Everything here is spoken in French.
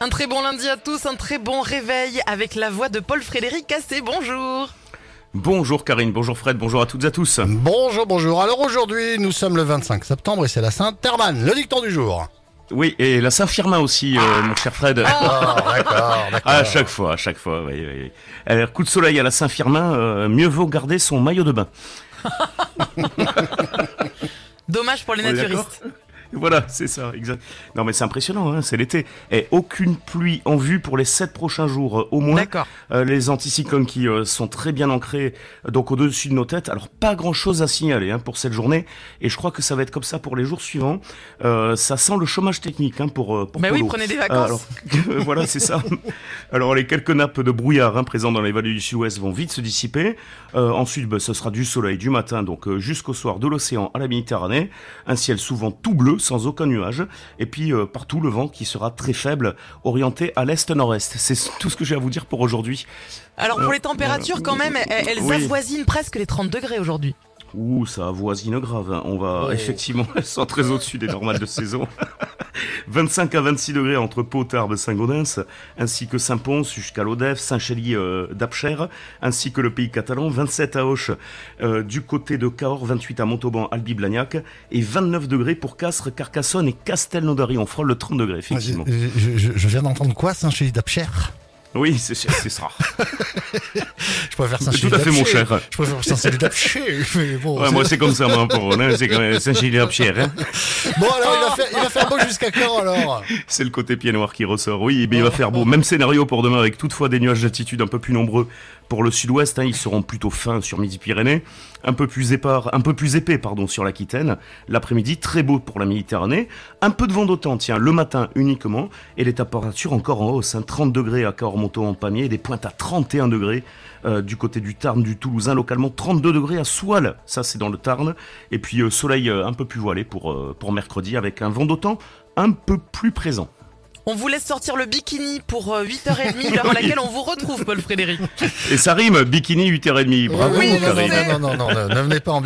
Un très bon lundi à tous, un très bon réveil avec la voix de Paul-Frédéric Cassé. Bonjour Bonjour Karine, bonjour Fred, bonjour à toutes et à tous. Bonjour, bonjour. Alors aujourd'hui, nous sommes le 25 septembre et c'est la Sainte-Hermann, le dicton du jour. Oui, et la Saint-Firmin aussi, euh, mon cher Fred. Ah, d'accord, d'accord. À chaque fois, à chaque fois, oui, oui. oui. Alors, coup de soleil à la Saint-Firmin, euh, mieux vaut garder son maillot de bain. Dommage pour les On est naturistes. d'accord Voilà, c'est ça, exact. Non mais c'est impressionnant, hein, c'est l'été. Et aucune pluie en vue pour les sept prochains jours euh, au moins. D'accord. Euh, les anticyclones qui euh, sont très bien ancrés euh, donc au-dessus de nos têtes. Alors pas grand-chose à signaler hein, pour cette journée. Et je crois que ça va être comme ça pour les jours suivants. Euh, ça sent le chômage technique hein, pour, euh, pour Bah oui, Polo. prenez des vacances. alors, euh, voilà, c'est ça. Alors les quelques nappes de brouillard hein, présentes dans les vallées du sud-ouest vont vite se dissiper. Euh, ensuite, bah, ce sera du soleil du matin donc euh, jusqu'au soir de l'océan à la Méditerranée. Un ciel souvent tout bleu sans aucun nuage. Et puis euh, partout le vent qui sera très faible, orienté à l'est-nord-est. C'est tout ce que j'ai à vous dire pour aujourd'hui. Alors pour les températures quand même, elles, elles Oui. avoisinent presque les 30 degrés aujourd'hui. Ouh, ça avoisine grave. hein. On va Oh. effectivement être très au-dessus des normales de saison. 25 à 26 degrés entre Pau, Tarbes, Saint-Gaudens, ainsi que Saint-Pons jusqu'à l'Odef, Saint-Chély euh, d'Apcher, ainsi que le pays catalan, 27 à Auch, euh, du côté de Cahors, 28 à Montauban, Albi-Blagnac, et 29 degrés pour Castres, Carcassonne et Castelnaudary. On frôle le 30 degrés, Moi, je, effectivement. je- je- je viens d'entendre quoi, Saint-Chély d'Apcher Oui, c'est c'est ça. Je préfère Saint-Chély Tout à fait, mon d'Apcher. cher. Je préfère Saint-Chély d'Apcher. mais bon, Ouais, c'est- moi, c'est comme ça, moi, pour hein, c'est quand même Saint-Chély d'Apcher. hein. bon, alors il va faire, il va faire beau jusqu'à quand alors C'est le côté pied noir qui ressort. Oui, mais il va faire beau. Même scénario pour demain, avec toutefois des nuages d'altitude un peu plus nombreux pour le sud-ouest. hein, ils seront plutôt fins sur Midi-Pyrénées, un peu plus épars, un peu plus épais, pardon, sur l'Aquitaine. L'après-midi, très beau pour la Méditerranée. Un peu de vent d'autant, tiens, le matin uniquement. Et les températures encore en hausse, hein, 30 degrés à Cahors-Montaut en Pamiers, et des pointes à 31 degrés euh, du côté du Tarn, du Toulousain, localement 32 degrés à Soile. Ça, c'est dans le Tarn. Et puis euh, soleil euh, un peu plus voilé pour euh, pour mercredi, avec un vent d'autant un peu plus présent. On vous laisse sortir le bikini pour euh, 8h30, l'heure à laquelle on vous retrouve Paul-Frédéric. Et ça rime, bikini 8h30. Bravo, non, non, Karine. non, non, non, non, ne venez pas en